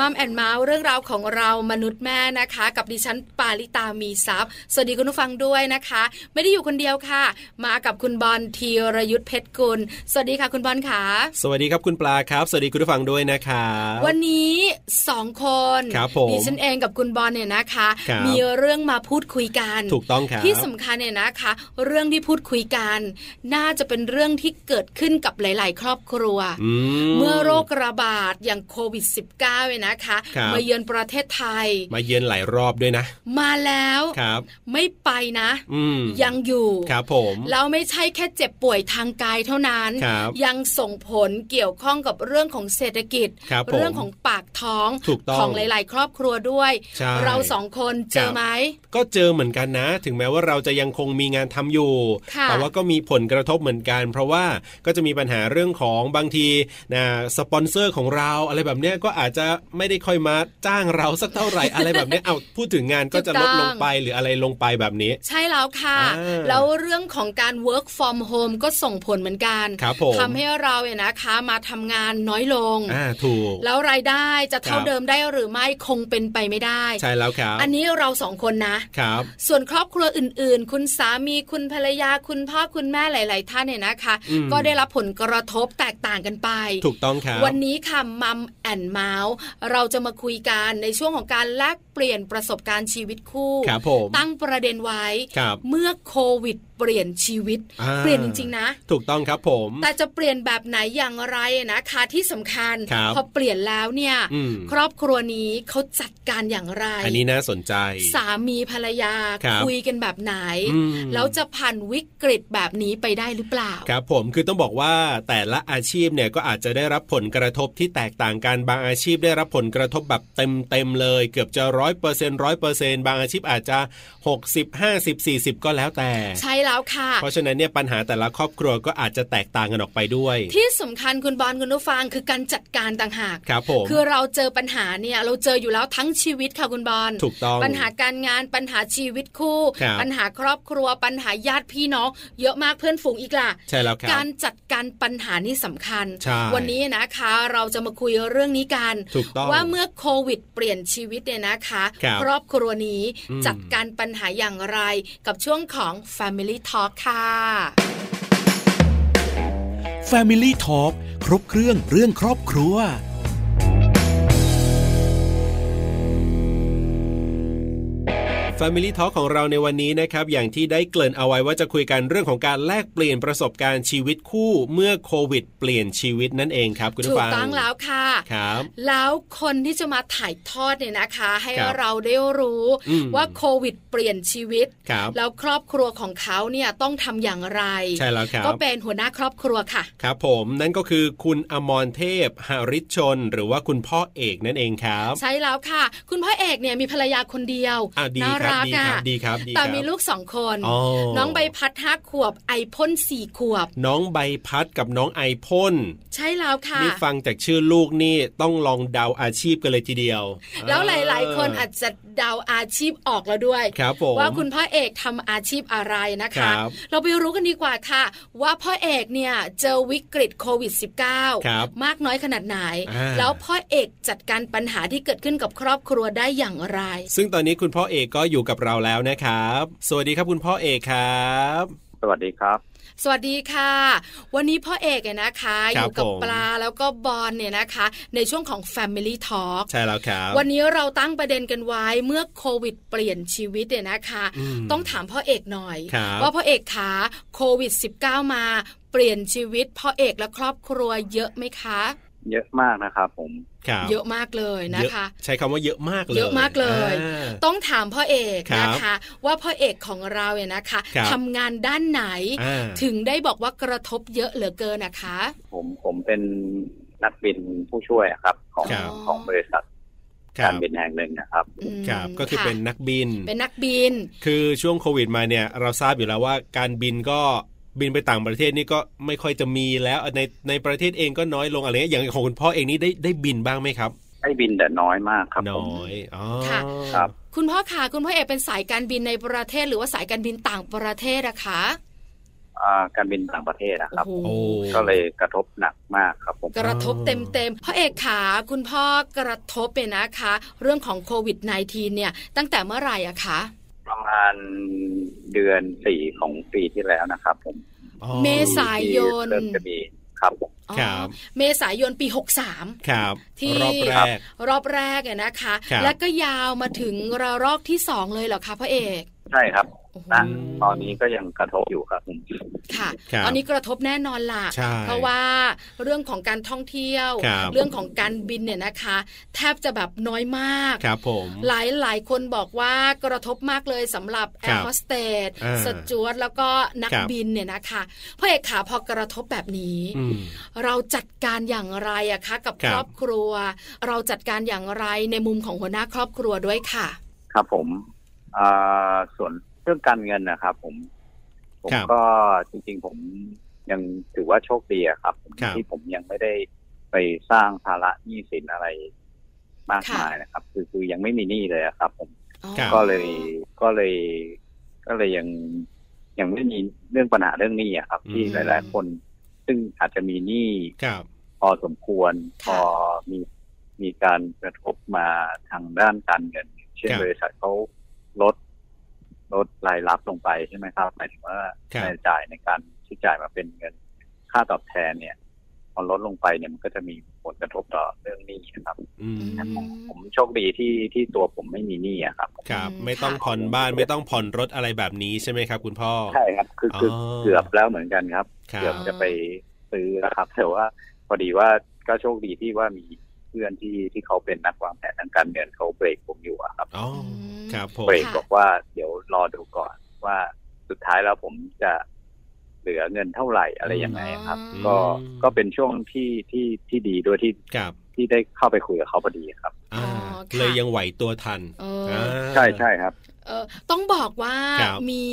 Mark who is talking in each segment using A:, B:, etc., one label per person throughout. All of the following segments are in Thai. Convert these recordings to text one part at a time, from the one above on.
A: มัมแอนเมาส์เรื่องราวของเรามนุษย์แม่นะคะ กับดิฉันปาริตามีซัพย์สวัสดีคุณผู้ฟังด้วยนะคะ ไม่ได้อยู่คนเดียวค่ะ มากับคุณบอลธีรยุทธเพชรกุล สวัสดีค่ะคุณบอลค่ะ
B: สวัสดีครับคุณปลาครับ สวัสดีคุณผู้ฟังด้วยนะครับ
A: วันนี้สองคน
B: ครับผม
A: ดิฉันเองกับคุณบอลเนี่ยนะคะ
B: ครับ
A: มีเรื่องมาพูดคุยกัน
B: ถูกต้องครับ
A: ที่สำคัญเนี่ยนะคะ เรื่องที่พูดคุยกัน น่าจะเป็นเรื่องที่เกิดขึ้นกับหลาย ๆ ครอบครัว
B: อื
A: เมื่อโรคระบาดอย่างโควิด -19 เนี่ยนะคะ
B: ครับ
A: มาเยือนประเทศไทย
B: มาเยือนหลายรอบด้วยนะ
A: มาแล้ว
B: ครับ
A: ไม่ไปนะ
B: อืม
A: ยังอยู่
B: ครับผม
A: แล้วไม่ใช่แค่เจ็บป่วยทางกายเท่านั้น
B: ครับ
A: ยังส่งผลเกี่ยวข้องกับเรื่องของเศรษฐกิจ
B: ครับผม
A: เรื่องของปากท้อง
B: ถูกต้อง
A: ของหลาย ๆ ครอบครัวด้วย
B: ใช่
A: เราสองคนเจ
B: ครั
A: อบ ไหม
B: ก็เจอเหมือนกันนะ ถึงแม้ว่าเราจะยังคงมีงานทำอยู่
A: ค่ะ
B: แต่ว่าก็มีผลกระทบเหมือนกัน เพราะว่าก็จะมีปัญหาเรื่องของบางทีนะสปอนเซอร์ของเราอะไรแบบเนี้ยก็อาจจะไม่ได้ค่อยมาจ้างเราสักเท่าไหร่ อะไรแบบเนี้ยเอาพูดถึงงานก็จะลด
A: ถูกต้อง
B: ลงไปหรืออะไรลงไปแบบนี้
A: ใช่แล้วค่ะ
B: อ่า
A: แล้วเรื่องของการ work from home ก็ส่งผลเหมือนกัน
B: ครับผม
A: ทำให้เราเนี่ยนะคะมาทำงานน้อยลง
B: อ่าถูก
A: แล้วรายได้จะเท่า
B: ครับ
A: เดิมได้หรือไม่คงเป็นไปไม่ได้
B: ใช่แล้วครับ
A: อันนี้เราสองคนนะ
B: ครับ
A: ส่วนครอบครัวอื่น ๆ คุณสามีคุณภรรยาคุณพ่อคุณแม่หลาย ๆ ท่านเนี่ยนะคะ
B: อืม
A: ก็ได้รับผลกระทบแตกต่างกันไป
B: ถูกต้องครับ
A: วันนี้ค่ะมัมแอนเมาส์เราจะมาคุยกันในช่วงของการแลกเปลี่ยนประสบการณ์ชีวิตคู่
B: ครับผม
A: ตั้งประเด็นไว้
B: ครับ
A: เมื่อโควิด เปลี่ยนชีวิต
B: อ่า
A: เปลี่ยนจริง ๆ นะ
B: ถูกต้องครับผม
A: แต่จะเปลี่ยนแบบไหนอย่างไรนะคะที่สำคัญ
B: ครับ
A: พอเปลี่ยนแล้วเนี่ย
B: อืม
A: ครอบครัวนี้เขาจัดการอย่างไร
B: อันนี้น่าสนใจ
A: สามีภรรยา
B: ครับ
A: ยกันแบบไหน
B: อืม
A: แล้วจะผ่านวิกฤตแบบนี้ไปได้หรือเปล่า
B: ครับผมคือต้องบอกว่าแต่ละอาชีพเนี่ยก็อาจจะได้รับผลกระทบที่แตกต่างกันบางอาชีพได้รับผลกระทบแบบเต็มเต็มๆเลย เกือบจะร้อยเปอร์เซ็นร้อยเปอร์เซ็นบางอาชีพอาจจะหกสิบห้าสิบสี่สิบก็แล้วแต่
A: ใช่แล้วค่ะ
B: เพราะฉะนั้นเนี่ยปัญหาแต่ละครอบครัวก็อาจจะแตกต่างกันออกไปด้วย
A: ที่สำคัญคุณบอลคุณนุฟังคือการจัดการต่างหาก
B: ครับผม
A: คือเราเจอปัญหาเนี่ยเราเจออยู่แล้วทั้งชีวิตค่ะคุณบอล
B: ถูกต้อง
A: ปัญหาการงานปัญหาชีวิตคู่
B: ครับ
A: ปัญหาครอบครัว ปัญหาญาติพี่น้องเยอะมากเพื่อนฝูงอีกล่ะ
B: ใช่แล้วครับ
A: การจัดการปัญหานี่สำคัญ
B: ใช่
A: วันนี้นะคะเราจะมาคุยเรื่องนี้กัน
B: ถูกต้อง
A: ว่าเมื่อโควิดเปลี่ยนชีวิตเนี่ยนะคะ
B: ครับ
A: อบครัวนี้
B: อืม
A: จัดการปัญหาอย่างไรกับช่วงของ Family Talk ค่ะ
C: Family Talk ครบเครื่องเรื่องครอบครัว
B: Family Talk ของเราในวันนี้นะครับอย่างที่ได้เกริ่นเอาไว้ว่าจะคุยกันเรื่องของการแลกเปลี่ยนประสบการณ์ชีวิตคู่เมื่อโควิด เปลี่ยนชีวิตนั่นเองครับคุณ
A: ถู
B: ผู้
A: ก
B: ฟัง
A: ต้องแล้วค่ะ
B: ครับ
A: แล้วคนที่จะมาถ่ายทอดเนี่ยนะคะ ให้
B: ครับ
A: เราได้รู้
B: อืม
A: ว่าโควิดเปลี่ยนชีวิต
B: ครับ
A: แล้วครอบครัวของเขาเนี่ยต้องทำอย่างไร
B: ใช่แล้วครับ
A: ก็เป็นหัวหน้าครอบครัวค่ะ
B: ครับผมนั่นก็คือคุณอมรเทพหริชชน หรือว่าคุณพ่อเอกนั่นเองครับ
A: ใช่แล้วค่ะ คุณพ่อเอกเนี่ยมีภรรยาคนเดียว
B: อ่ะดี
A: น่า
B: ครับ
A: รัก
B: ดีค
A: อ่ะ
B: รับดีครับดีครับ
A: แต่มีลูกสองคน
B: อ๋อ
A: น้องใบพัดห้าขวบ ไอพ่นสี่ขวบ
B: น้องใบพัดกับน้องไอพ่น
A: ใช่แล้วค่ะ
B: นี่ฟังจากชื่อลูกนี่ต้องลองเดาอาชีพกันเลยทีเดียว
A: แล้วหลาย ๆ คนอาจจะเดาอาชีพออกแล้วด้วย
B: ครับผม
A: ว่าคุณพ่อเอกทำอาชีพอะไรนะคะ
B: ครับ
A: เราไปรู้กันดีกว่าค่ะ ว่าพ่อเอกเนี่ยเจอวิกฤตโควิด -19
B: ครับ
A: มากน้อยขนาดไหน
B: อ่า
A: แล้วพ่อเอกจัดการปัญหาที่เกิดขึ้นกับครอบครัวได้อย่างไร
B: ซึ่งตอนนี้คุณพ่อเอกก็อยู่กับเราแล้วนะครับ สวัสดีครับคุณพ่อเอกครับ
D: สวัสดีครับ
A: สวัสดีค่ะ วันนี้พ่อเอกเนี่ยนะคะอ
B: ครับ
A: ยู่กับ
B: ผม
A: ปลาแล้วก็บอลเนี่ยนะคะ ในช่วงของ Family Talk
B: ใช่แล้วครับ
A: วันนี้เราตั้งประเด็นกันไว้เมื่อโควิด เปลี่ยนชีวิตเนี่ยนะคะ
B: ม
A: ต้องถามพ่อเอกหน่อย
B: ครับ
A: ว่าพ่อเอกขาโควิด -19 มาเปลี่ยนชีวิตพ่อเอกและครอบครัวเยอะไหมคะ
D: เยอะมากนะครับผม
B: ครับ
A: เยอะมากเลยนะคะ
B: เยอใช้คำว่าเยอะมากเลย
A: เยอะมากเลย
B: อ่า
A: ต้องถามพ่อเอก
B: ครับ
A: นะคะ ว่าพ่อเอกของเราเนี่ยนะคะ
B: ครับ
A: ทำงานด้านไหน
B: อ่า
A: ถึงได้บอกว่ากระทบเยอะเหลือเกินนะคะ
D: ผมผมเป็นนักบินผู้ช่วยอะครับ ของ
B: ครับ
D: ของบริษัทการ
B: คั
D: ร
B: บ
D: บินแห่งหนึ่งนะครับ
A: อืม
B: ครับก็คือะ เป็นนักบิน
A: เป็นนักบิน
B: คือช่วงโควิดมาเนี่ยเราทราบอยู่แล้วว่าการบินก็บินไปต่างประเทศนี่ก็ไม่ค่อยจะมีแล้วในในประเทศเองก็น้อยลงอะไรเงี้ยอย่างของคุณพ่อเองนี่ได้ได้บินบ้างไหมครับ
D: ได้บินแต่น้อยมากครับผ
B: น้
D: ม
B: อยอ๋อ
A: ค่ะ
D: ครับ
A: คุณพ่อขาคุณพ่อเอกเป็นสายการบินในประเทศหรือว่าสายการบินต่างประเทศอะคะ
D: อ่ าการบินต่างประเทศนะครับ
A: โอ้โห
B: โอ้
D: ก็เลยกระทบหนักมากครับผม
A: กระทบเต็มๆพ่อเอกขาคุณพ่อกระทบเนี่ยนะคะ เรื่องของโควิด -19 เนี่ย ตั้งแต่เมื่อไหร่อะคะ
D: ประมาณเดือนสี่ของปีที่แล้วนะครับผม
A: เมษา ยน
D: ที่เริ่มจะมีครับผม
A: อ๋อ
B: ครับ
A: เมษายนปี 63
B: ครับ
A: ที่
B: รอบแรก
A: รอบแรกเนี่ยนะคะ
B: ครับ
A: และก็ยาวมาถึงระลอกที่สองเลยเหรอคะพ่อเอก
D: ใช่ครับ
A: โอ้โห
D: ณตอนนี้ก็ยังกระทบอยู่ครับผม
A: ค่ะ
B: ครับ
A: ตอนนี้กระทบแน่นอนล่ะ
B: ใช่
A: เพราะว่าเรื่องของการท่องเที่ยว
B: ครับ
A: เรื่องของการบินเนี่ยนะคะ แทบจะแบบน้อยมาก
B: ครับผม
A: หลายหลายคนบอกว่ากระทบมากเลยสำหรับแอ
B: ครับ
A: ร์โฮสเตส
B: อ่า
A: สจวตแล้วก็นัก
B: ครับ
A: บินเนี่ยนะคะพ่อเอกขาพอกระทบแบบนี้
B: อืม
A: เราจัดการอย่างไรอะคะ กับ
B: ค
A: ค
B: รับ
A: รอบครัว เราจัดการอย่างไรในมุมของหัวหน้าครอบครัวด้วยค่ะ
D: ครับผมอ่าส่วนเรื่องการเงินนะครับผม ผม
B: ครับ
D: ก็จริงๆผมยังถือว่าโชคดีอะครับผม
B: ครับ
D: ที่ผมยังไม่ได้ไปสร้างภาระหนี้สินอะไรมากมายนะครับ คือคือยังไม่มีหนี้เลยอะครับ ผม
A: อ๋อ
B: ครับ
D: ก็เลยก็เลยก็เลยยังยังไม่มีเรื่องปัญหาเรื่องหนี้อะครับ ที่
B: อืม
D: หลาย ๆ คน ซึ่งอาจจะมีหนี้
B: ครับ
D: พอสมควรพ
A: ค่ะ
D: อมีมีการกระทบมาทางด้านการเงิน เช่นบริษัทเขาลดลดรายรับลงไปใช่ไหมครับหมายถึงว่า
B: ครับ
D: รายจ่ายในการที่จ่ายมาเป็นเงินค่าตอบแทนเนี่ยพอลดลงไปเนี่ยมันก็จะมีผลกระทบต่อเรื่องหนี้นะครับ
B: อืม
A: อืม
D: ผมโชคดีที่ที่ตัวผมไม่มีหนี้อะครับ
B: ครับ
A: อืม
B: ไม่ต้องผ่อนบ้านไม่ต้องผ่อนรถอะไรแบบนี้ใช่ไหมครับ คุณพ่อ
D: ใช่ครับ คือคืออ
B: อ
D: เกือบแล้วเหมือนกันครับ
B: ครั
D: เกือ
B: บบ
D: จะไปซื้อแล้วครับแต่ว่าพอดีว่าก็โชคดีที่ว่ามีเพื่อนที่ที่เขาเป็นนักวางแผนทางการเงินเขาเบรกผมอยู่อะครับ
B: อ๋อครับผม
D: เบรก
A: ค่ะ
D: บอกว่าเดี๋ยวรอดูก่อนว่าสุดท้ายแล้วผมจะเหลือเงินเท่าไหร่อะไรยังไงครับ
B: อืม
D: ก็ก็เป็นช่วงที่ที่ที่ดีด้วยที่
B: ครับ
D: ที่ได้เข้าไปคุยกับเขาพอดีครับ
B: อ่า
A: อ๋อค่ะ
B: เลยยังไหวตัวทัน
A: เอ
B: อ่า
A: อ
D: ใช่ใช่ครับ
A: เออต้องบอกว่า
B: ครับ
A: มี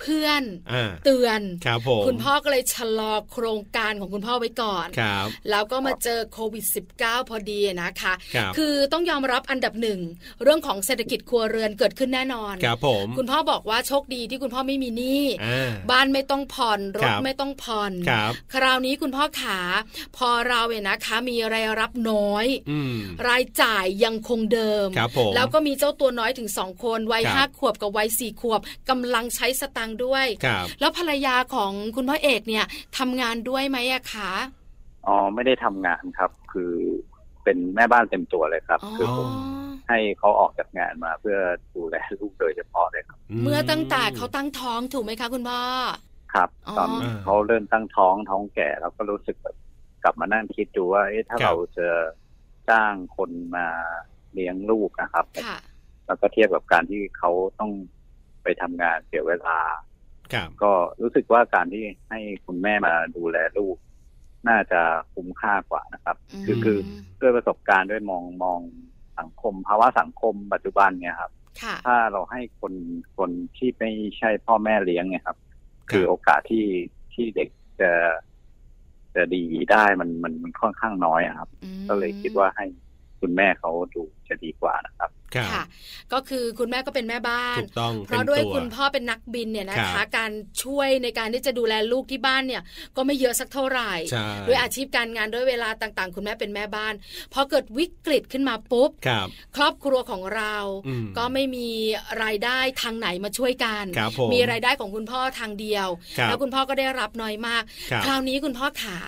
A: เพื่อน
B: อ่า
A: เตือน
B: ครับผม
A: คุณพ่อก็เลยชะลอโครงการของคุณพ่อไว้ก่อน
B: ครับ
A: แล้วก็มาเจอโควิด -19 พอดีนะคะ
B: ครับ
A: คือต้องยอมรับอันดับหนึ่ง เรื่องของเศรษฐกิจครัวเรือนเกิดขึ้นแน่นอน
B: ครับผม
A: คุณพ่อบอกว่าโชคดีที่คุณพ่อไม่มีหนี้
B: อ่า
A: บ้านไม่ต้องผ่อน ร
B: ครั
A: ถ
B: บ
A: ไม่ต้องผ่อน
B: ครับ
A: คราวนี้คุณพ่อขาพอเราเนี่ยนะคะ มีรายรับน้อย
B: อืม
A: รายจ่ายยังคงเดิม
B: ครับผม
A: แล้วก็มีเจ้าตัวน้อยถึงสองคนวัย
B: ครับ
A: ห้าขวบกับวัยสี่ขวบกำลังใช้สตังค์ด้วย
B: ครับ
A: แล้วภรรยาของคุณพ่อเอกเนี่ยทำงานด้วยไหมอะคะ
D: อ๋อไม่ได้ทำงานครับ คือเป็นแม่บ้านเต็มตัวเลยครับ
A: อ๋อ
D: คือผมให้เขาออกจากงานมาเพื่อดูแลลูกโดยเฉพาะเลยครับ
A: เมื่อตั้งแต่เขาตั้งท้องถูกไหมคะคุณพ่อ
D: ครับ
A: อ๋อ
D: ตอนเขาเริ่มตั้งท้องท้องแก่เราก็รู้สึกแบบกลับมานั่งคิดดูว่าเอ๊ะถ้า
B: ครับ
D: เราจะจ้างคนมาเลี้ยงลูกนะครับ
A: ค่ะ
D: แล้วก็เทียบกับการที่เขาต้องไปทำงานเสียเวลา
B: ครับ
D: ก็รู้สึกว่าการที่ให้คุณแม่มาดูแลลูก น่าจะคุ้มค่ากว่านะครับ คือคือ
A: ม
D: ด้วยประสบการณ์ด้วยมองมองสังคมภาวะสังคมปัจจุบันเนี่ยครับ
A: ค่ะ
D: ถ้าเราให้คนคนที่ไม่ใช่พ่อแม่เลี้ยงเนี่ยครับ คือโอกาสที่ที่เด็กจะจะดีได้มันมันมันค่อนข้างน้อยอะครับ
A: อืม
D: ก็เลยคิดว่าให้คุณแม่เขาดูจะดีกว่านะครับ
B: ครับ
A: ค่ะ ก็คือคุณแม่ก็เป็นแม่บ้าน
B: ถูกต้อง
A: เพราะด้วย
B: ป็นตั
A: คุณพ่อเป็นนักบินเนี่ยนะ
B: ครั
A: คะ
B: บ
A: การช่วยในการที่จะดูแลลูกที่บ้านเนี่ย ก็ไม่เยอะสักเท่าไหร่
B: ใช่
A: ด้วยอาชีพการงานด้วยเวลาต่างๆ คุณแม่เป็นแม่บ้านพอเกิดวิกฤตขึ้นมาปุ๊บ
B: ครับ
A: ครอบครัวของเรา
B: อื
A: ก็ไม่มีรายได้ทางไหนมาช่วยกัน
B: ครับผม
A: มีรายได้ของคุณพ่อทางเดียว
B: ครับ
A: แล้วคุณพ่อก็ได้รับน้อยมาก
B: ครับ
A: คราวนี้คุณพ่อขา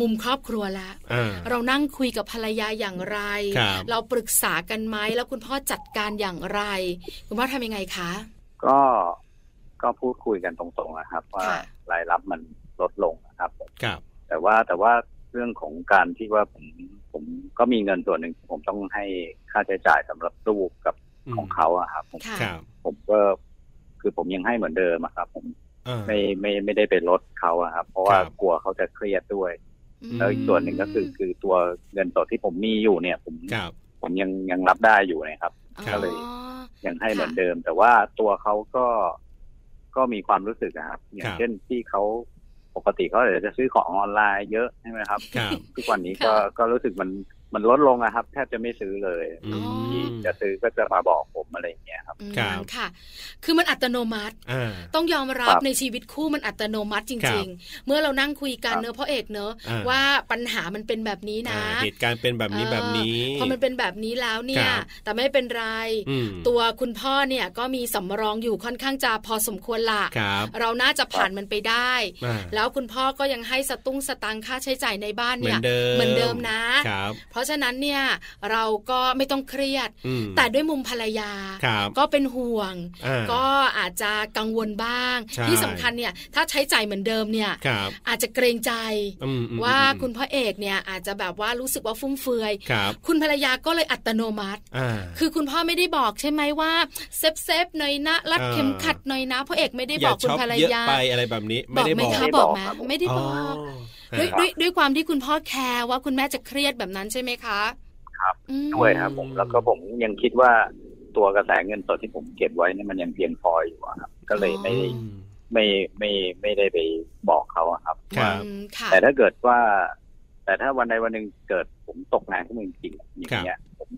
A: มุมครอบครัวละ
B: อ่า
A: เรานั่งคุยกับภรรยาอย่างไร
B: ครับ
A: เราปรึกษากันไหมแล้วคุณพ่อจัดการอย่างไร คุณพ่อทำยังไงคะ
D: ก็ก็พูดคุยกันตรงๆนะครับ ว่า
A: ค่ะ
D: รายรับมันลดลงนะครับ
B: ครับ
D: แต่ว่าแต่ว่าเรื่องของการที่ว่าผมผมก็มีเงินส่วนหนึ่งที่ผมต้องให้ค่าใช้จ่ายสำหรับลูกกับ
B: ม
D: ของเขาอะครับผม
A: ค่ะ
B: ครับ
D: ผมก็คือผมยังให้เหมือนเดิมอะครับ ผม
B: อ่า
D: ไม่ไม่ไม่ได้ไปลดเขาอะครับ เพราะว่า
B: ครับ
D: กลัวเขาจะเครียดด้วย
B: อืม
D: แล้วอีกส่วนหนึ่งก็คือคือตัวเงินสดที่ผมมีอยู่เนี่ย ผม
B: ครับ
D: ผมยังยังรับได้อยู่นะครับ
B: ก็เลย
A: อ๋อ
D: ยังให้
A: ค่ะ
D: เหมือนเดิม แต่ว่าตัวเขาก็ก็มีความรู้สึกนะครับ อย่า
B: ค
D: ง
B: รับ
D: เช่นที่เขาปกติเขาอาจจะซื้อของออนไลน์เยอะใช่ไหมครับ
B: ครับ
D: ทุกวันนี้ก็
A: ค่ะ
D: ก็รู้สึกมัน มันลดลงอะครับ แทบจะไม่ซื้อเลย
B: อืม
D: ที่จะซื้อก็จะมาบอกผมอะไรอย่างเงี้ยครับ
A: อืม
B: ครับ
A: ค่ะ คือมันอัตโนมัติ
B: อ่า
A: ต้องยอมรับ
D: ครับ
A: ในชีวิตคู่มันอัตโนมัติจ
B: ครั
A: ริง
B: บ
A: ๆ เมื่อเรานั่งคุยกัน
D: ครับ
A: เนอะพ่อเอกเนอะ
B: อ่า
A: ว่าปัญหามันเป็นแบบนี้นะ
B: อ่าเหตุการณ์เป็นแบบนี้
A: เออ
B: แบบนี้
A: พอมันเป็นแบบนี้แล้วเนี่
B: ค
A: ย
B: รับ
A: แต่ไม่เป็นไร
B: อืม
A: ตัวคุณพ่อเนี่ยก็มีสำรองอยู่ค่อนข้างจะพอสมควรละ
B: ครับ
A: เราน่าจะผ่านมันไปได้
B: อ่า
A: แล้วคุณพ่อก็ยังให้สตุ้งสตังค่าใช้จ่ายในบ้าน
B: เหมือ
A: เนี่ย
B: นเดิม
A: มือนเดิมนะ
B: ครับ
A: เพราะฉะนั้นเนี่ยเราก็ไม่ต้องเครียด
B: อืม
A: แต่ด้วยมุมภรรยา
B: ครับ
A: ก็เป็นห่วง
B: อ่า
A: ก็อาจจะกังวลบ้าง
B: ใช่
A: ที่สำคัญเนี่ยถ้าใช้จ่ายเหมือนเดิมเนี่ย
B: ครับ
A: อาจจะเกรงใจ
B: อืมอืม
A: ว่า
B: อืม
A: คุณพ่อเอกเนี่ยอาจจะแบบว่ารู้สึกว่าฟุ่มเฟือย
B: ครับ
A: คุณภรรยาก็เลยอัตโนมัติ
B: อ่า
A: คือคุณพ่อไม่ได้บอกใช่ไหมว่าเซฟเซฟๆหน่อยนะรัด
B: อ่า
A: เข็มขัดหน่อยนะพ่อเอกไม่ได้
B: อ
A: อย่
B: บาก
A: คุณ
B: ช็อป
A: ภรร
B: เยอะ
A: ยา
B: ไปอะไรแบบนี้
A: บ
B: ไม่
A: อก
B: ได้
A: ไหม
B: บอก
A: คะ
D: ไม่ได้
A: บอกไหม
D: บอกครับ
A: ไม่ได้
B: อ๋อ
A: บอก
B: ฮะ
A: ด้วยด้วยด้วยความที่คุณพ่อแคร์ว่าคุณแม่จะเครียดแบบนั้นใช่ไหมคะ
D: ครับ
A: อืม
D: ด้วยครับ ผมแล้วก็ผมยังคิดว่าตัวกระแสเงินสดที่ผมเก็บไว้เนี่ยมันยังเพียงพออยู่อะครับ ก็เลยไม่
B: อื
D: ได้
B: ม
D: ไม่ไม่ไม่ได้ไปบอกเขาอะครับ
B: ครับ
A: อืมค่ะ
D: แต่ถ้าเกิดว่า แต่ถ้าวันใดวันหนึ่งเกิดผมตกงานขึ้นมาจริงๆอย่างเงี้ยผม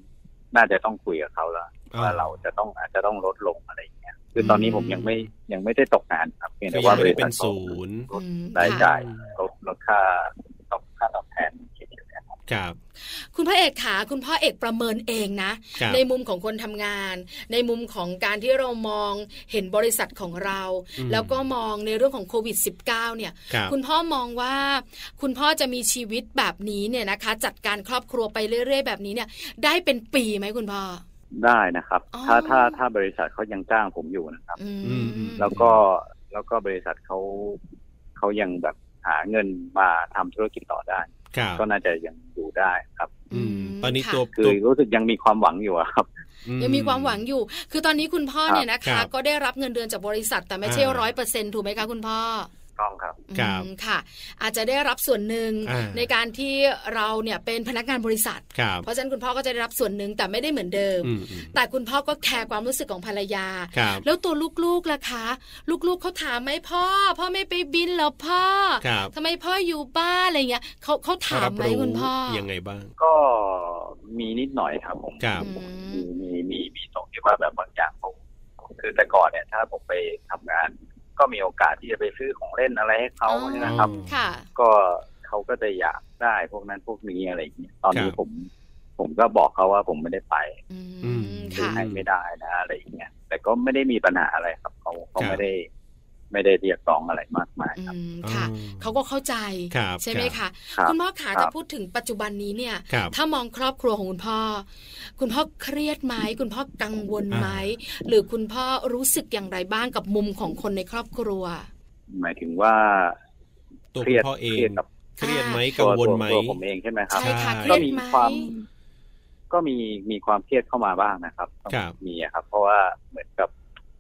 D: น่าจะต้องคุยกับเขาแล้ว
B: อ๋อ
D: ว่าเราจะต้องอาจจะต้องลดลงอะไรอย่างเงี้ยคือตอนนี้ผมยังไม่ยังไม่ได้ตกงานครับเพียง
B: คื
D: แต่
B: อยั
D: ว่าง บ
B: ไม่ได้
D: ริ
B: เป็
D: ษั
B: น
D: ท
B: ศูนย์
A: อืม
D: รายจ่าย
B: ค่ะ
D: ลดลดค่าลดค่าตอบแทนเฉยๆนะครับ
B: ครับ
A: คุณพ่อเอกขาคุณพ่อเอกประเมินเองนะ
B: ครับ
A: ในมุมของคนทำงาน ในมุมของการที่เรามองเห็นบริษัทของเรา
B: อืม
A: แล้วก็มองในเรื่องของโควิด -19 เนี่ย
B: ครับ
A: คุณพ่อมองว่า คุณพ่อจะมีชีวิตแบบนี้เนี่ยนะคะ จัดการครอบครัวไปเรื่อย ๆ แบบนี้เนี่ย ได้เป็นปีไหมคุณพ่อ
D: ได้นะครับ
A: อ๋อ
D: ถ้าถ้าถ้าบริษัทเขายังจ้างผมอยู่นะครับ
A: อืม
D: แล้วก็แล้วก็บริษัทเขาเขายังแบบหาเงินมาทำธุรกิจต่อได้
B: ครับ
D: ก็น่าจะยังอยู่ได้ครับ
B: อืมตอนนี้
A: ค่ะ
B: ตัว
D: คื
B: ตัว
D: อรู้สึกยังมีความหวังอยู่อะครับ
A: ยังมีความหวัง
B: อื
A: อยู่ คือตอนนี้คุณพ่อเนี่ยนะ
B: ค
A: คะ
B: รับ
A: ก็ได้รับเงินเดือนจากบริษัท แต่ไม่ใช่
B: อ่า
A: ร้อยเปอร์เซ็นถูกไหมคะคุณพ่อ
D: ต้องครับ
B: ครับ
A: อืมค่ะ อาจจะได้รับส่วนหนึ่ง
B: อ่า
A: ในการที่เราเนี่ยเป็นพนักงานบริษัท
B: ครับ
A: เพราะฉะนั้นคุณพ่อก็จะได้รับส่วนหนึ่งแต่ไม่ได้เหมือนเดิม
B: อืมอืม
A: แต่คุณพ่อก็แคร์ความรู้สึกของภรรยา
B: ครับ
A: แล้วตัวลูกๆล่ะคะ ลูกๆเขาถามไหมพ่อ พ่อไม่ไปบินเหรอพ่อ
B: ครับ
A: ทำไไมพ่ออยู่บ้านอะไรเงี้ยเขาเขาถามไหมคุณพ่อ
B: ยังไงบ้าง
D: ก็มีนิดหน่อยครับผม
B: ครับ
D: ผม
A: อืม
D: มีมีมีตรงที่ว่าแบบบางอย่างผมคือแต่ก่อนเนี่ย ถ้าผมไปทำงาน ก็มีโอกาสที่จะไปซื้อของเล่นอะไรให้เขา
A: อ๋อ
D: เนี่ยนะครับ
A: ค่ะ
D: ก็เขาก็จะอยากได้พวกนั้นพวกนี้อะไรอย่างเงี้ยตอน
B: ค
D: นี้
B: รับ
D: ผม ผมก็บอกเขาว่าผมไม่ได้ไป
A: อื
B: อื
A: ม
B: ม
D: ซื้อ
A: ค่ะ
D: ให้ไม่ได้นะอะไรอย่างเงี้ยแต่ก็ไม่ได้มีปัญหาอะไรครับเขาเขา
B: ครับ
D: ไม่ได้ ไม่ได้เรียกร้องอะไรมากมาย
A: อืมค่ะ
B: อ๋อ
A: เขาก็เข้าใจ
B: ครับ
A: ใช่ไหม
B: ครั
A: คะ
B: บ
D: ครับ
A: ณพ่อขา
D: ครั
A: จะ
D: บ
A: พูดถึงปัจจุบันนี้เนี่ย
B: ครับ
A: ถ้ามองครอบครัวของคุณพ่อ คุณพ่อเครียดไหมคุณพ่อกังวลไหม
B: อ่
A: หรือคุณพ่อรู้สึกอย่างไรบ้างกับมุมของคนในครอบครัว
D: หมายถึงว่า
B: ตัว
D: เค
B: คุ
D: รี
B: ณ
D: ยด
B: พ่อเอง
D: เครียดกับ
B: เครียดไหมกั
D: ตั
B: ง
D: ว
B: วล
D: ตัว
B: ไหม
D: ตัวผมเองใช่ไหมครับ
A: ใช่ค่ะ
B: ใช่
A: เครี
D: ก็
A: ยด
D: มี
A: ไหม
D: ความก็มีมีความเครียดเข้ามาบ้างนะครับ
B: ครับ
D: มีอะครับ เพราะว่าเหมือนกับ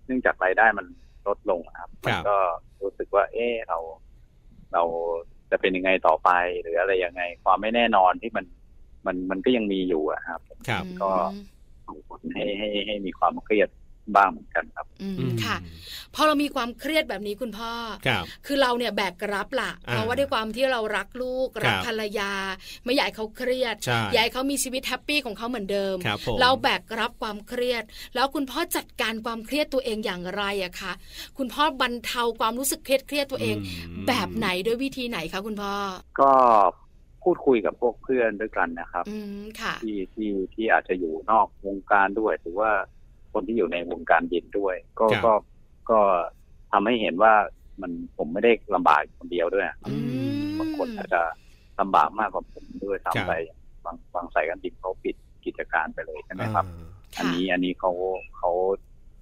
D: เนื่องจากรายได้มันลดลงอะครับ
B: ค
D: มั
B: รั
D: น
B: บ
D: ก็รู้สึกว่า เออเรา เราจะเป็นยังไงต่อไป หรืออะไรยังไง ความไม่แน่นอนที่มันมันมันก็ยังมีอยู่อะครับ
B: ครับ
D: ก็ ส่งผลให้ให้ให้มีความเครียดบ้างเหมือนกันครับ
A: อืม
B: อืม
A: ค่ะพอเรามีความเครียดแบบนี้คุณพ่อ
B: ครับ
A: คือเราเนี่ยแบกรับล่ะ
B: อ่า
A: เพราะว่าด้วยความที่เรารักลูก รัก
B: ครับ
A: ภรรยา ไม่อยากให้เขาเครียด
B: ใช่
A: อยากให้เขามีชีวิตแฮปปี้ของเขาเหมือนเดิม
B: ครับผม
A: เราแบกรับความเครียด แล้วคุณพ่อจัดการความเครียดตัวเองอย่างไรอะคะ คุณพ่อบรรเทาความรู้สึกเครียดเครียดๆตัวเอง
B: ม
A: แบบไหนด้วยวิธีไหนคะคุณพ่อ
D: ก็พูดคุยกับพวกเพื่อนด้วยกันนะครับ
A: อืมค่ะ
D: ที่ที่ที่อาจจะอยู่นอกวงการด้วย หรือว่าคนที่อยู่ในวงการบินด้วย ก็
B: ครับ
D: ก็ก็ทำให้เห็นว่ามันผมไม่ได้ลำบากคนเดียวด้วยนะครับ
A: อืม
D: บางคนอาจจะลำบากมากกว่าผมด้วย
B: ครับ
D: ซ้ำไปบางบางสายการบินเขาปิดกิจการไปเลยใช่ไหมครับ
B: อ่า
D: อั
A: ค่ะ
D: นี้อันนี้เขาเขา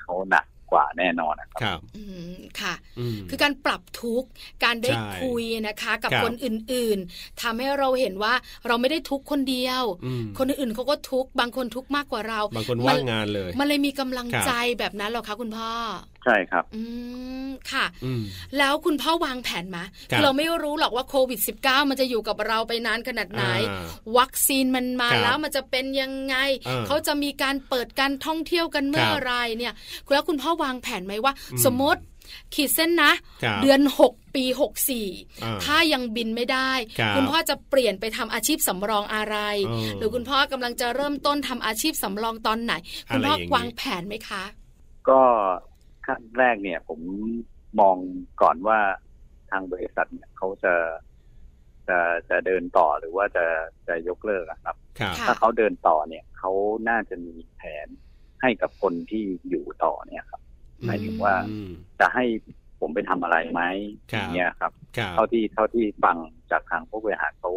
D: เขาหนักกว่าแน่นอนนะครับ
B: ครับ
A: อืมค่ะ
B: อืม
A: คือการปรับทุกข์การได้
B: ใช่
A: คุยนะคะ กับ
B: ครับ
A: คนอื่นๆทำให้เราเห็นว่าเราไม่ได้ทุกข์คนเดียว
B: อืม
A: คนอื่นๆเขาก็ทุกข์บางคนทุกข์มากกว่าเรา
B: บางคน
A: มัน
B: ว่างงานเลย
A: มันเลยมีกำลัง
B: ครับ
A: ใจแบบนั้นเหรอคะคุณพ่อ
D: ใช่ครับ
A: อืมค่ะ
B: อืม
A: แล้วคุณพ่อวางแผนมา
B: ครับ
A: เราไม่รู้หรอกว่าโควิด -19 มันจะอยู่กับเราไปนานขนาดไหน
B: อ่า
A: วัคซีนมันมา
B: ครับ
A: แล้วมันจะเป็นยังไง
B: เออ
A: เขาจะมีการเปิดการท่องเที่ยวกันเมื่อไหรเนี่ย แล้วคุณพ่อวางแผนไหมว่า
B: อืม
A: สมมติ ขีดเส้นนะ
B: ครับ
A: เดือน 6 ปี 64
B: อ่า
A: ถ้ายังบินไม่ได้
B: ครับ
A: คุณพ่อจะเปลี่ยนไปทำอาชีพสำรองอะไร
B: เออ
A: หรือคุณพ่อกำลังจะเริ่มต้นทำอาชีพสำรองตอนไหน คุณพ่อ
B: อะไรอย่างนี้
A: วางแผนไหมคะ
D: ก็ขั้นแรกเนี่ย ผมมองก่อนว่าทางบริษัทเนี่ยเขาจะจะจะเดินต่อหรือว่าจะจะยกเลิกอะครับ
B: ครับ
A: ค่ะ
D: ถ้าเขาเดินต่อเนี่ยเขาน่าจะมีแผนให้กับคนที่อยู่ต่อเนี่ยครับ หมายถึงว่า
B: อืม
D: จะให้ผมไปทำอะไรไหม
B: ครับ
D: อย่างเงี้ยครับ
B: ครับ
D: เท่าที่เท่าที่ฟังจากทางผู้บริหารเขา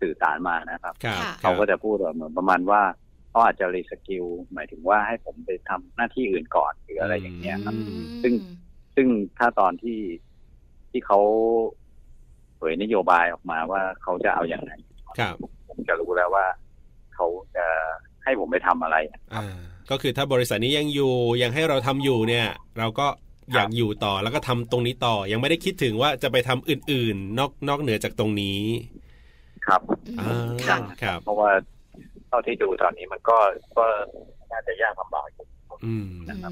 D: สื่อสารมานะครับ
B: ครับ
A: ค่ะ
D: เขาก็จะพูดแบบเหมือนประมาณว่าเขาอาจจะรีสกิลหมายถึงว่าให้ผมไปทำหน้าที่อื่นก่อนหรืออะไรอย่างเงี้ยครับ
B: อืม
D: ซึ่ง ซึ่งถ้าตอนที่ที่เขาเผยนโยบายออกมาว่าเขาจะเอาอย่างไร
B: ครับ
D: ผมจะรู้แล้วว่าเขาจะให้ผมไปทำอะไร
B: อ่าก็คือถ้าบริษัทนี้ยังอยู่ยังให้เราทำอยู่เนี่ย เราก็อยากอยู่ต่อแล้วก็ทำตรงนี้ต่อ ยังไม่ได้คิดถึงว่าจะไปทำอื่นๆ นอกนอกเหนือจากตรงนี้
D: ครับ
A: อื
B: อ่าม
A: ค่ะ
B: ครับ
D: เพราะว่าเท่าที่ดูตอนนี้มันก็ก็น่าจะยากลำบากอยู่
B: อืม
A: อืม
B: ครั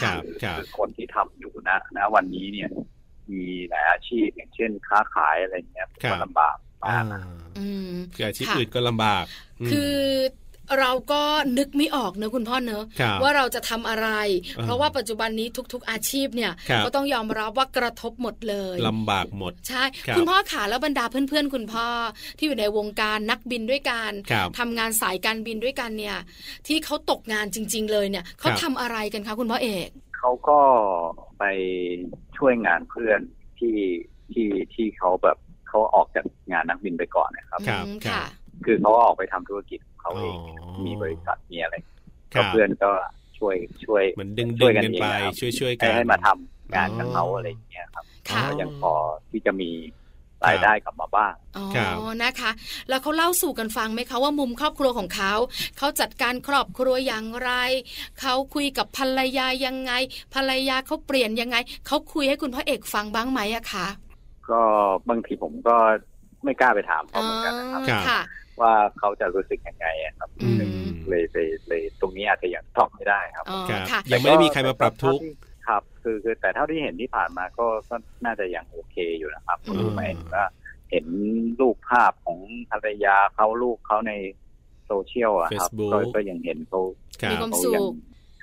A: ค่ะ
B: บครับ
D: คือคนที่ทำอยู่นะนะวันนี้เนี่ย มีหลายอาชีพอย่างเช่น ค้าขายอะไรเงี้ย
B: ครับ
D: ก็ลำบาก
B: อ่าม
D: าก
A: อืม
B: คืออาชีพ
A: ค่ะ
B: อื่นก็ลำบากม
A: คือเราก็นึกไม่ออกเนอะคุณพ่อเนอะ
B: ครับ
A: ว่าเราจะทำอะไร
B: อ่า
A: เพราะว่าปัจจุบันนี้ทุกๆอาชีพเนี่ย
B: ครับ
A: ก็ต้องยอมรับว่ากระทบหมดเลย
B: ลำบากหมด
A: ใช่
B: ครับ
A: คุณพ่อขาแล้วบรรดาเพื่อนๆ คุณพ่อที่อยู่ในวงการนักบินด้วยกัน
B: ครับ
A: ทำงานสายการบินด้วยกันเนี่ย ที่เขาตกงานจริง ๆ เลยเนี่ยเขา
B: ครับ
A: ทำอะไรกันคะคุณพ่อเอก
D: เขาก็ไปช่วยงานเพื่อนที่ที่ที่เขาแบบเขาออกจากงานนักบินไปก่อนนะครับ
B: ครับ
A: อืม
B: ครับ
A: ค่ะ
D: คือเขาออกไปทำธุรกิจของเขาเอง
B: อ๋อ
D: มีบริษัทมีอะไร
B: ค
D: ก็
B: รับ
D: เพื่อนก็ช่วยช่วย
B: เหมือนดึง
D: ช่
B: ดึ
D: วย
B: ง
D: กัน
B: กัน
D: เอง
B: ไป
D: นะครับ
B: ช่วยช่วยกั
D: ให้
B: น
D: ให้มาทำงานกับเขา
B: อ๋ออ
D: อะไรเงี้ยครับ
A: ค่ะ
B: อ๋
D: ก็
B: อ
D: ยังพอที่จะมีรายได้กลับมาบ้าง
A: อ๋อ
B: ครับ
A: นะคะ แล้วเขาเล่าสู่กันฟังไหมคะว่ามุมครอบครัวของเขาเขาจัดการครอบครัวอย่างไรเขาคุยกับภรรยายังไง ภรรยาเขาเปลี่ยนยังไงเขาคุยให้คุณพ่อเอกฟังบ้างไหมอะคะ
D: ก็บางทีผมก็ไม่กล้าไปถามเขาเหมือนกันนะครับ
B: ครับ
A: ค่ะ
D: ว่าเขาจะรู้สึกยังไงอะครับ
A: อืม
D: เลยเลยเลยตรงนี้อาจจะยังตอบไม่ได้ครับ
A: อ๋อ
B: ครับ
A: ค่ะ
B: ยังไม่ได้มีใครมาปรับทุกข์
D: ครับ คือคือแต่เท่าที่เห็นที่ผ่านมาก็ก็น่าจะยังโอเคอยู่นะครับ
A: อืม
D: คือหมายถึงว่าเห็นรูปภาพของภรรยาเขาลูกเขาในโซเชียลอะครับ
B: Facebook
D: ก็ก็ยังเห็นเขา
B: ครั
A: มี
B: บ
A: ความ
D: เขา
A: สุ
D: ยัง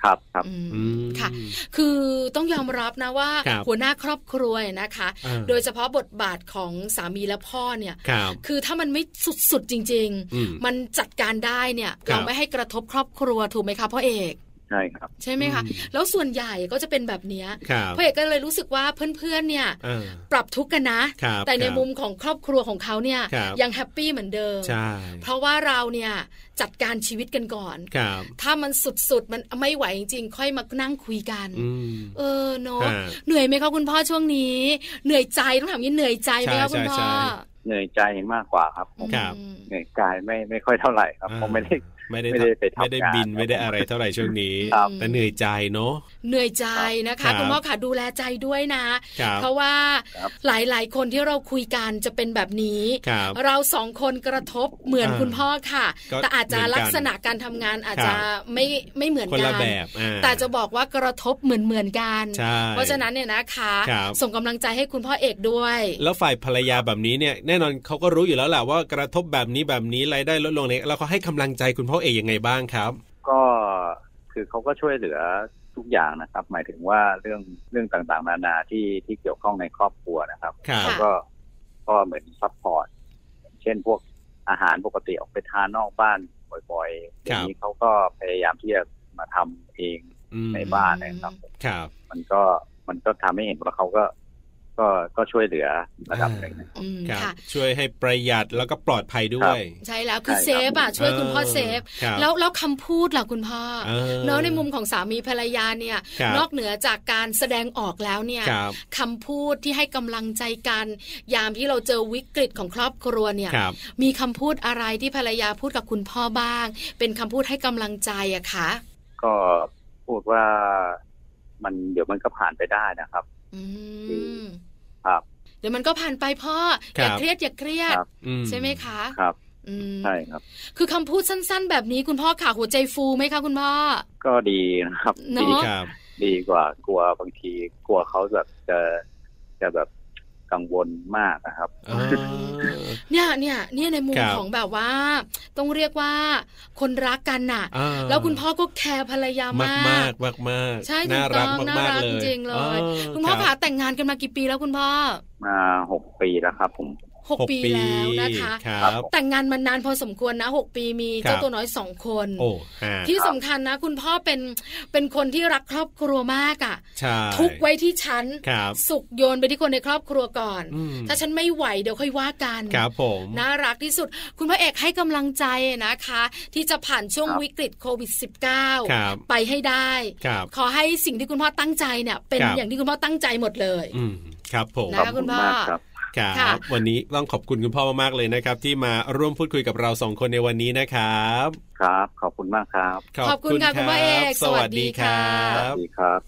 A: ข
D: ครับครับ
A: อืม
B: อืม
A: ค่ะ คือต้องยอมรับนะว่า
B: ครับ
A: หัวหน้าครอบครัวเนี่ยนะคะ
B: อ่า
A: โดยเฉพาะบทบาทของสามีและพ่อเนี่ย
B: ครับ
A: คือถ้ามันไม่สุดๆจริง
B: อืม
A: ๆ มันจัดการได้เนี่ย
B: ครับ
A: เราไม่ให้กระทบครอบครัวถูกไหมคะพ่อเอก
D: ใช่ครับ
A: ใช่ไหมคะ
B: อืม
A: แล้วส่วนใหญ่ก็จะเป็นแบบเนี้ย
B: ครับ
A: พ่อเอกก็เลยรู้สึกว่าเพื่อนๆ เนี่ย
B: อ่า
A: ปรับทุกข์กันนะ
B: ครับ
A: แต่ใน
B: ครับ
A: มุมของครอบครัวของเขาเนี่ย
B: ครับ
A: ยังแฮปปี้เหมือนเดิม
B: ใช่
A: เพราะว่าเราเนี่ยจัดการชีวิตกันก่อน
B: ครับ
A: ถ้ามันสุดๆ มันไม่ไหวจริงๆ ค่อยมานั่งคุยกัน
B: อืม
A: เออเนาะ
B: ฮะ
A: เหนื่อยไหมคะคุณพ่อช่วงนี้ เหนื่อยใจต้องถามนี้เหนื่อยใจไหมคะ
B: ใช่
A: คุณพ่อ
B: ใช่
D: เหนื่อยใจมากกว่าครับผม
B: ครับ
A: อืม
D: เหนื่อยกายไม่ไม่ค่อยเท่าไหร่ครับ
B: อ่า
D: เพราะไม่ได้
B: ไม่ได้
D: ไม่ได้ไปทำ
B: ไม่ได้บิน
D: งาน
B: ไม่ได้อะไรเท่าไหร่ช่วงนี้
D: ครับ
B: แต่เหนื่อยใจเนาะ
A: เหนื่อยใจนะ
B: ครั
A: คะ
B: บ
A: คุณพ่อค่ะดูแลใจด้วยนะ
B: ครับ
A: เพราะว่า
D: ครับ
A: หลายๆ คนที่เราคุยกันจะเป็นแบบนี้
B: ครับ
A: เราสองคนกระทบเหมือน
B: อ่า
A: คุณพ่อค่ะ
B: ก็
A: แต่อาจจะ
B: เหมือนกัน
A: ลักษณะการทำงานอาจจะ
B: ครับ
A: ไม่ไม่เหมือน
B: คน
A: กั
B: ละแบบอ่า
A: แต่จะบอกว่ากระทบเหมือนเหมือนกัน
B: ใช่
A: เพราะฉะนั้นเนี่ยนะคะ
B: ครับ
A: ส่งกำลังใจให้คุณพ่อเอกด้วย
B: แล้วฝ่ายภรรยาแบบนี้เนี่ยแน่นอนเขาก็รู้อยู่แล้วแหละว่ากระทบแบบนี้แบบนี้รายได้ลดลงเนี่ยแล้วเขาให้กำลังใจคุณพ่อเอกยังไงบ้างครับ
D: ก็คือเขาก็ช่วยเหลือทุกอย่างนะครับ หมายถึงว่าเรื่องเรื่องต่างๆ นานาที่ที่เกี่ยวข้องในครอบครัวนะครับ
B: ครับ
A: ค่ะ
D: ก็ก็เหมือนซัพพอร์ตอย่างเช่นพวกอาหารปกติออกไปทานนอกบ้านบ่อยๆอย่างนี้เขาก็พยายามที่จะมาทำเอง
B: อืม
D: ในบ้านนะครับ
B: ครับ
D: มันก็มันก็ทำให้เห็นว่าเขาก็ ก็ก็ช่วยเหลือระดับหนึ่ง
A: อืม
B: ครับ
A: ค่ะ
B: ช่วยให้ประหยัดแล้วก็ปลอดภัยด้วย
A: ใช่แล้วคือ
D: ใช่ครับ
A: เซฟอ่ะช่วยคุณพ่อเซฟ
B: ครับ
A: แล้วแล้วคำพูดล่ะคุณพ่อ
B: ออ
A: เนอะในมุมของสามีภรรยาเนี่ย
B: ครับ
A: นอกเหนือจากการแสดงออกแล้วเนี่ย
B: ครับ
A: คำพูดที่ให้กำลังใจกัน ยามที่เราเจอวิกฤตของครอบครัวเนี่ย
B: ครับ
A: มีคำพูดอะไรที่ภรรยาพูดกับคุณพ่อบ้าง เป็นคำพูดให้กำลังใจอะคะ
D: ก็พูดว่ามันเดี๋ยวมันก็ผ่านไปได้นะครับ
A: อืม
D: ครับ
A: เดี๋ยวมันก็ผ่านไปพ่อ
B: ค
A: อ
B: รับ
A: ย่าเครียดอย่าเครียด
D: ครับ
B: อื
A: ใช่ไหมคะ
D: ครับ
A: อืม
D: ใช่ครับ
A: คือคำพูดสั้นๆ แบบนี้คุณพ่อขาหัวใจฟูไหมคะคุณพ่อ
D: ก็ดีนะครับ
A: เน
D: ดี
A: อะ
B: ครับ
D: ดีกว่ากลัวบางที กลัวเขาแบบจะจะแบบกังวลมากนะครับ
B: อ๋อ
A: เนี่ยเนี่ยเนี่ยในมุม
B: ครับ
A: ของแบบว่า ต้องเรียกว่าคนรักกันน่ะ
B: อ่า
A: แล้วคุณพ่อก็แคร์ภรรยาม
B: มาก
A: าม
B: ากมากมาก
A: ใช่ถู
B: น่าก รั
A: ต้
B: ก
A: องน่าม
B: าก
A: รั
B: ๆ
A: ก
B: เล
A: จ
B: ย
A: ริงๆเล
B: อ๋อย
A: คุณพ่อ
B: รับ
A: ขาแต่งงานกันมากี่ปีแล้วคุณพ่อ
D: มาหกปีแล้วครับ ผม
A: หก
B: หก
A: ปีแล้วนะคะ
B: ครับ
A: แต่งงานมานานพอสมควรนะหกปีมี
B: ครับ
A: เจ้าตัวน้อยสองคน
B: โอ้ฮะ
A: ที่สำคัญนะ คุณพ่อเป็นเป็นคนที่รักครอบครัวมากอะ่ะ
B: ใช่
A: ทุกข์ไว้ที่ฉัน
B: ครับ
A: สุขโยนไปที่คนในครอบครัวก่อน
B: อืม
A: ถ้าฉันไม่ไหวเดี๋ยวค่อยว่ากัน
B: ครับผม
A: น่ารักที่สุด คุณพระเอกให้กำลังใจนะคะ ที่จะผ่านช่วง
D: ครับ
A: วิกฤตโควิด
B: ค
A: -19
B: รับ
A: ไปให้ได้
B: ครับ
A: ขอให้สิ่งที่คุณพ่อตั้งใจเนี่ยเป็น
B: ครับ
A: อย่างที่คุณพ่อตั้งใจหมดเลย
B: อืมครับผม
A: นะ
D: ขอบคุณมาก
A: คุณพ่อ
D: ครับ
B: ครั
A: ค่ะ
B: บ วันนี้ต้องขอบคุณคุณพ่อมากๆเลยนะครับ ที่มาร่วมพูดคุยกับเราสองคนในวันนี้นะครับ
D: ครับ ขอบคุณมากครับ
A: ขอบคุณค่ะคุณพ่อเอก
B: สวัสดีครั
D: สวัส
B: บ
D: ดีครับ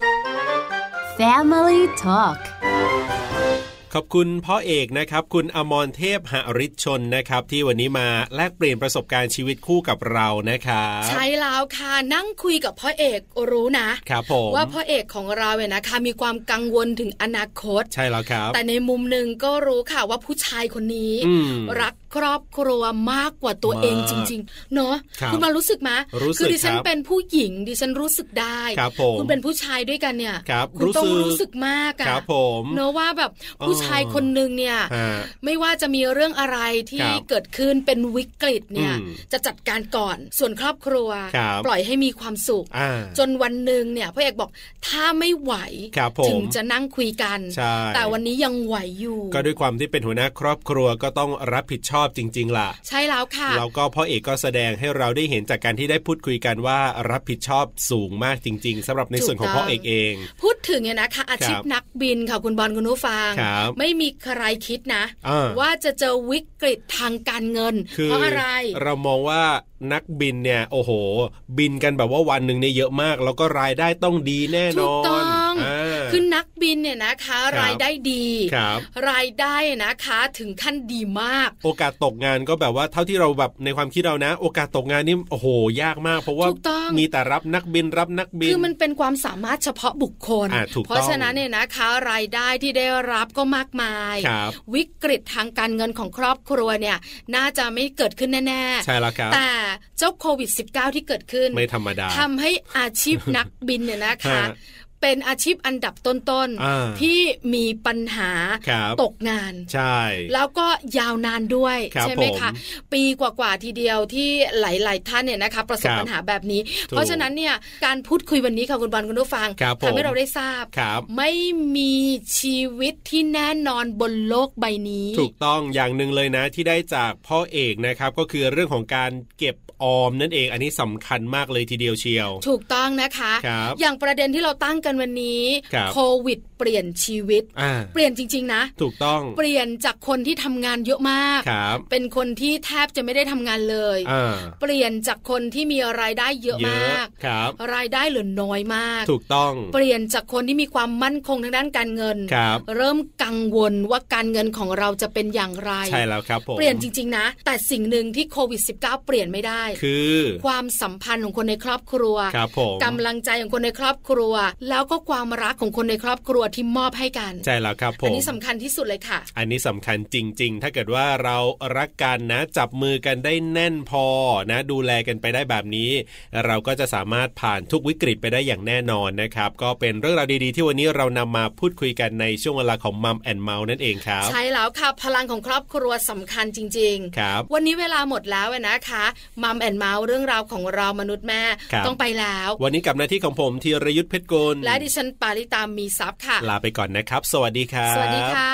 E: Family Talk
B: ขอบคุณพ่อเอกนะครับ คุณอมรเทพหฤทธิชนนะครับ ที่วันนี้มาแลกเปลี่ยนประสบการณ์ชีวิตคู่กับเรานะครับ
A: ใช่แล้วค่ะนั่งคุยกับพ่อเอกรู้นะ
B: ครับผม
A: ว่าพ่อเอกของเราเนี่ยนะคะมีความกังวลถึงอนาคต
B: ใช่แล้วครับ
A: แต่ในมุมหนึ่งก็รู้ค่ะว่าผู้ชายคนนี้
B: อืม
A: รักครอบครัวมากกว่าตัวเอง
B: มาก
A: จริง ๆ เนอะ
B: ครับ
A: ณมารู้สึกไหม
B: รู้สึก
A: คือดิฉัน
B: ครับ
A: เป็นผู้หญิงดิฉันรู้สึกได้
B: ครับผม
A: คุณเป็นผู้ชายด้วยกันเนี่ย
B: ครับ
A: คุณต้องรู้สึกมากอะ
B: ครับผม
A: เนอะว่าแบบผู้ชายคนหนึ่งเนี่ย
B: ฮะ
A: ไม่ว่าจะมีเรื่องอะไร
B: ค
A: ที่
B: รับ
A: เกิดขึ้นเป็นวิกฤตเนี่ย
B: อืม
A: จะจัดการก่อนส่วนครอบครัว
B: ครับ
A: ปล่อยให้มีความสุข
B: อ่า
A: จนวันหนึ่งเนี่ยพ่อเอกบอกถ้าไม่ไหว
B: ครับผม
A: ถึงจะนั่งคุยกัน
B: ใช่
A: แต่วันนี้ยังไหวอยู่
B: ก็ด้วยความที่เป็นหัวหน้าครอบครัวก็ต้องรับผิดชอบจริง ๆ ล่ะ
A: ใช่แล้วค่ะ
B: แล้วก็พ่อเอกก็แสดงให้เราได้เห็นจากการที่ได้พูดคุยกันว่ารับผิดชอบสูงมากจริง ๆสำหรับในส่วนของพ่อเอกเอง
A: พูดถึงเนี่ยนะคะอาชีพนักบินค่ะคุณบอลคุณนุฟัง
B: ครับ
A: ไม่มีใครคิดนะ
B: อ่า
A: ว่าจะเจอวิกฤตทางการเงิน
B: คื
A: เพราะอะไร
B: เรามองว่านักบินเนี่ยโอ้โห บินกันแบบว่าวันหนึ่งเนี่ยเยอะมาก แล้วก็รายได้ต้องดีแน่นอน
A: ถูกต้อง
B: า
A: คือนักบินเนี่ยนะคะ
B: ครับ
A: รายได้ดี
B: ครับ
A: รายได้นะคะถึงขั้นดีมาก
B: โอกาสตกงานก็แบบว่าเท่าที่เราแบบในความคิดเรานะ โอกาสตกงานนี่โอ้โห ยากมาก เพราะว่า
A: ถูกต้อง
B: มีแต่รับนักบินรับนักบิน
A: คือมันเป็นความสามารถเฉพาะบุคคล
B: อ่าถูกต้อง
A: เพราะฉะนั้นเนี่ยนะคะ รายได้ที่ได้รับก็มากมาย
B: ครับ
A: วิกฤตทางการเงินของครอบครัวเนี่ย น่าจะไม่เกิดขึ้นแน่
B: ใช่แล้วครับ
A: ๆ แต่เจ้าโควิด -19 ที่เกิดขึ้น
B: ไม่ธรรมดา
A: ทำให้อาชีพนักบินเนี่ยนะคะ
B: ฮะ
A: เป็นอาชีพอันดับต้น
B: อ่า
A: ๆ ที่มีปัญหา
B: ครับ
A: ตกงาน
B: ใช่
A: แล้วก็ยาวนานด้วย
B: ครับ
A: ใช่ไหม
B: ผม
A: คะ ปีกว่าๆทีเดียวที่หลาย ๆ ท่านเนี่ยนะคะ ประสบ
B: ครับ
A: ปัญหาแบบนี้
B: ถูก
A: เพราะฉะนั้นเนี่ยการพูดคุยวันนี้ค่ะคุณบอลคุณผู้ฟัง
B: ครับผม
A: ทำให้เราได้ทราบ
B: ครับ
A: ไม่มีชีวิตที่แน่นอนบนโลกใบนี้
B: ถูกต้องอย่างหนึ่งเลยนะที่ได้จากพ่อเอกนะครับก็คือเรื่องของการเก็บออมนั่นเองอันนี้สำคัญมากเลยทีเดียวเชียว
A: ถูกต้องนะคะ
B: ครับ
A: อย่างประเด็นที่เราตั้งกันวันนี้
B: ครับ
A: โควิด เปลี่ยนชีวิต
B: อ่า
A: เปลี่ยนจริง ๆ นะ
B: ถูกต้อง
A: เปลี่ยนจากคนที่ทำงานเยอะมาก
B: ครับ
A: เป็นคนที่แทบจะไม่ได้ทำงานเลย
B: อ่า
A: เปลี่ยนจากคนที่มีรายได้เยอะมาก
B: ครับ
A: รายได้เหลือน้อยมาก
B: ถูกต้อง
A: เปลี่ยนจากคนที่มีความมั่นคงทางด้านการเงิน
B: ครับ
A: เริ่มกังวลว่าการเงินของเราจะเป็นอย่างไร
B: ใช่แล้วครับผม
A: เปลี่ยนจริง ๆ นะ แต่สิ่งหนึ่งที่โควิด -19 เปลี่ยนไม่ได้
B: คือ
A: ความสัมพันธ์ของคนในครอบครัว
B: ครับผม
A: กำลังใจของคนในครอบครัว แล้วก็ความรักของคนในครอบครัวที่มอบให้กัน
B: ใช่แล้วครับผ
A: อั
B: ม
A: นี้สำคัญที่สุดเลยค่ะ
B: อันนี้สำคัญจริง ๆ ถ้าเกิดว่าเรารักกันนะ จับมือกันได้แน่นพอนะ ดูแลกันไปได้แบบนี้ เราก็จะสามารถผ่านทุกวิกฤตไปได้อย่างแน่นอนนะครับ ก็เป็นเรื่องราวดีๆ ที่วันนี้เรานำมาพูดคุยกันในช่วงเวลาของมัมแอนเมาส์นั่นเองครับ
A: ใช่แล้วค่ะ พลังของครอบครัวสำคัญจริง
B: ครับ
A: ๆ วันนี้เวลาหมดแล้วนะคะมัมแอนเมาส์เรื่องราวของเรามนุษย์แม่
B: ครับ
A: ต้องไปแล้ว
B: วันนี้กับหน้าที่ของผมธีรยุทธเพชรกุล
A: และดิฉันปาริตามีซัพย์ค่ะ
B: ลาไปก่อนนะครับ สวัสดีครับ
A: สวัสดีค่ะ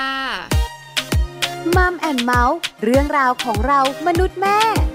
E: มัมแอนเมาส์เรื่องราวของเรามนุษย์แม่